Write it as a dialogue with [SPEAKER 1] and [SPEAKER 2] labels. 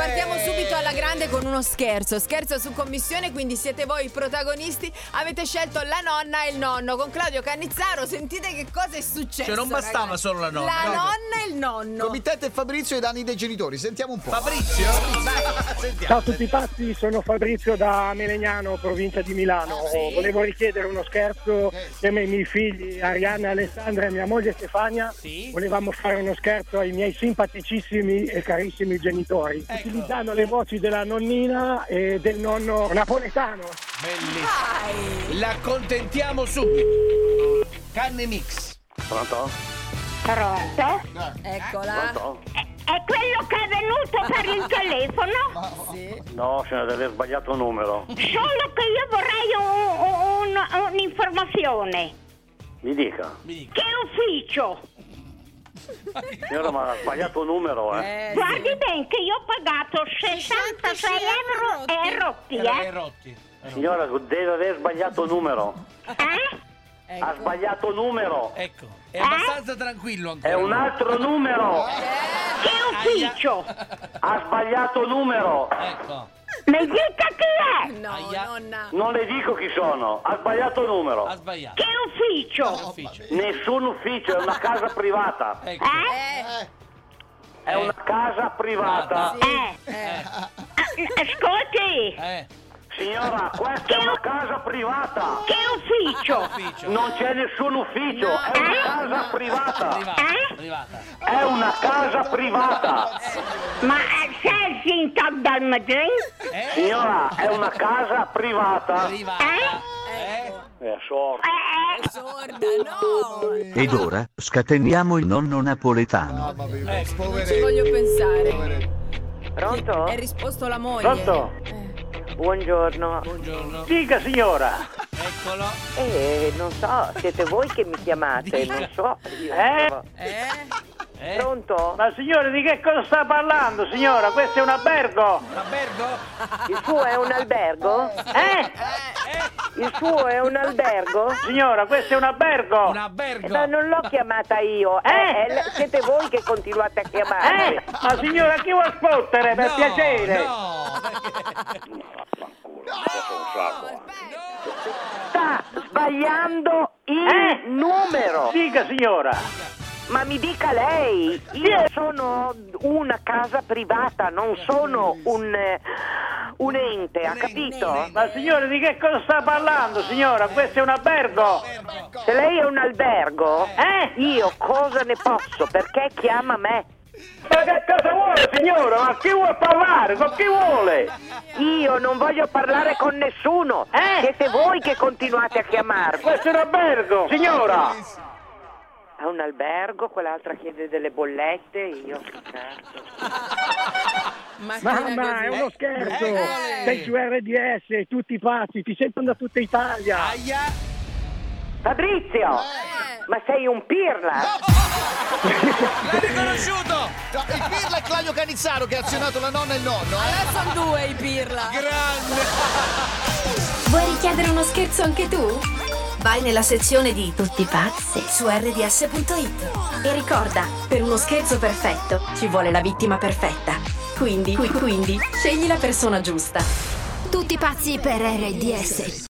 [SPEAKER 1] andiamo subito alla grande con uno scherzo. Scherzo su commissione, quindi siete voi i protagonisti. Avete scelto la nonna e il nonno. Con Claudio Cannizzaro, sentite che cosa è successo.
[SPEAKER 2] Cioè, non bastava
[SPEAKER 1] ragazzi.
[SPEAKER 2] solo la nonna.
[SPEAKER 1] La
[SPEAKER 2] Claudio.
[SPEAKER 1] nonna e il nonno.
[SPEAKER 3] Comitete Fabrizio e danni dei genitori, sentiamo un po'.
[SPEAKER 2] Fabrizio? Sentiamo.
[SPEAKER 4] Ciao a tutti pazzi, sono Fabrizio da Melegnano, provincia di Milano.
[SPEAKER 1] Ah, sì?
[SPEAKER 4] Volevo richiedere uno scherzo insieme ai miei figli Arianna, Alessandra e mia moglie Stefania.
[SPEAKER 2] Sì.
[SPEAKER 4] Volevamo fare uno scherzo ai miei simpaticissimi e carissimi genitori,
[SPEAKER 1] Ecco.
[SPEAKER 4] utilizzando le voci della nonnina e del nonno napoletano.
[SPEAKER 2] Bellissimo.
[SPEAKER 1] Vai.
[SPEAKER 2] La contentiamo subito. Canne mix.
[SPEAKER 5] Pronto?
[SPEAKER 6] Pronto?
[SPEAKER 2] Eh?
[SPEAKER 1] Eccola.
[SPEAKER 5] Pronto?
[SPEAKER 6] È quello che è venuto per il telefono?
[SPEAKER 1] Sì.
[SPEAKER 5] No, signora, deve aver sbagliato numero.
[SPEAKER 6] Solo che io vorrei un- un- un- un'informazione.
[SPEAKER 5] Mi dica.
[SPEAKER 2] Mi dica.
[SPEAKER 6] Che ufficio?
[SPEAKER 5] Signora, ma ha sbagliato numero, eh.
[SPEAKER 1] Eh, sì.
[SPEAKER 6] Guardi ben che io ho pagato 66 euro e rotti,
[SPEAKER 2] Era
[SPEAKER 6] eh?
[SPEAKER 2] Erotti.
[SPEAKER 5] Signora, deve aver sbagliato numero.
[SPEAKER 6] Eh?
[SPEAKER 5] Ha
[SPEAKER 1] Ecco.
[SPEAKER 5] sbagliato numero.
[SPEAKER 2] Ecco, è abbastanza tranquillo ancora.
[SPEAKER 5] È un altro numero.
[SPEAKER 6] Che ufficio?
[SPEAKER 5] Ha sbagliato numero.
[SPEAKER 2] Ecco,
[SPEAKER 6] Mi dica chi è?
[SPEAKER 1] No,
[SPEAKER 2] Aia.
[SPEAKER 1] nonna.
[SPEAKER 5] Non le dico chi sono. Ha sbagliato
[SPEAKER 2] ha
[SPEAKER 5] numero.
[SPEAKER 2] sbagliato.
[SPEAKER 6] Che ufficio?
[SPEAKER 2] Ufficio.
[SPEAKER 5] Nessun ufficio, è una casa privata.
[SPEAKER 2] Ecco.
[SPEAKER 6] Eh?
[SPEAKER 1] Eh,
[SPEAKER 5] È una casa privata.
[SPEAKER 6] Eh?
[SPEAKER 1] eh.
[SPEAKER 6] Ah, Ascolti,
[SPEAKER 2] Eh,
[SPEAKER 5] Signora, questa è una casa privata.
[SPEAKER 6] che ufficio?
[SPEAKER 2] ufficio.
[SPEAKER 5] Non c'è nessun ufficio,
[SPEAKER 1] No,
[SPEAKER 5] è una
[SPEAKER 1] no,
[SPEAKER 5] casa
[SPEAKER 1] no.
[SPEAKER 5] privata.
[SPEAKER 2] Privata,
[SPEAKER 6] Eh?
[SPEAKER 2] privata.
[SPEAKER 5] È una casa privata.
[SPEAKER 6] Ma eh, sei in top dal Madrid?
[SPEAKER 2] Eh?
[SPEAKER 5] Signora, è una casa privata.
[SPEAKER 2] Privata. Eh?
[SPEAKER 5] Eh, sorta.
[SPEAKER 6] Eh?
[SPEAKER 1] ecco. Sorda, no.
[SPEAKER 7] Ed ora, scateniamo il nonno napoletano.
[SPEAKER 3] No, vabbè,
[SPEAKER 2] Ecco.
[SPEAKER 1] Non ci
[SPEAKER 3] poveretto,
[SPEAKER 1] voglio pensare.
[SPEAKER 3] poveretto.
[SPEAKER 1] È
[SPEAKER 5] Pronto?
[SPEAKER 1] risposto la moglie.
[SPEAKER 5] Pronto?
[SPEAKER 1] Eh.
[SPEAKER 8] Buongiorno.
[SPEAKER 2] Buongiorno.
[SPEAKER 5] Dica signora.
[SPEAKER 2] Eccolo.
[SPEAKER 8] Eh, non so, siete voi che mi chiamate,
[SPEAKER 2] Dica.
[SPEAKER 8] non so. Io-
[SPEAKER 5] Eh?
[SPEAKER 1] Eh?
[SPEAKER 2] Eh?
[SPEAKER 8] Pronto?
[SPEAKER 5] Ma signora, di che cosa sta parlando, signora? Questo è un albergo.
[SPEAKER 2] Albergo?
[SPEAKER 8] Il suo è un albergo?
[SPEAKER 5] Eh?
[SPEAKER 2] Eh?
[SPEAKER 8] Il suo è un albergo?
[SPEAKER 5] Signora, questo è un albergo.
[SPEAKER 2] Un albergo.
[SPEAKER 8] Eh, Ma non l'ho chiamata io, eh,
[SPEAKER 5] Eh?
[SPEAKER 8] è l- siete voi che continuate a chiamarmi.
[SPEAKER 5] Eh? Ma signora, chi vuol spottere, per
[SPEAKER 2] No,
[SPEAKER 5] piacere?
[SPEAKER 2] No,
[SPEAKER 8] Sta sbagliando il
[SPEAKER 5] Eh?
[SPEAKER 8] numero.
[SPEAKER 5] Dica signora.
[SPEAKER 8] Ma mi dica lei, io sono una casa privata, non sono un, eh, un ente, ha capito?
[SPEAKER 5] Ma signora, di che cosa sta parlando, signora? Questo è un albergo.
[SPEAKER 2] Albergo.
[SPEAKER 8] Se lei è un albergo,
[SPEAKER 5] Eh?
[SPEAKER 8] io cosa ne posso? Perché chiama me?
[SPEAKER 5] Ma che cosa vuole, signora? Ma chi vuole parlare? Con chi vuole?
[SPEAKER 8] Io non voglio parlare con nessuno.
[SPEAKER 5] Eh?
[SPEAKER 8] Siete voi che continuate a chiamarmi.
[SPEAKER 5] Questo è un albergo, signora!
[SPEAKER 8] È un albergo, quell'altra chiede delle bollette, io certo. cazzo.
[SPEAKER 1] Mattina
[SPEAKER 4] Mamma, è
[SPEAKER 1] così.
[SPEAKER 4] uno scherzo!
[SPEAKER 2] Eh.
[SPEAKER 4] Sei su RDS, tutti pazzi, ti sentono da tutta Italia!
[SPEAKER 2] Aia.
[SPEAKER 8] Fabrizio! Ma sei un pirla!
[SPEAKER 2] L'ha riconosciuto.
[SPEAKER 3] No, il pirla è Claudio Canizzaro che ha azionato la nonna e il nonno, eh?
[SPEAKER 1] Allora sono due i pirla.
[SPEAKER 2] Grande.
[SPEAKER 9] Vuoi richiedere uno scherzo anche tu? Vai nella sezione di Tutti pazzi su rds.it e ricorda, per uno scherzo perfetto ci vuole la vittima perfetta. Quindi, qui- quindi, scegli la persona giusta.
[SPEAKER 10] Tutti pazzi per RDS.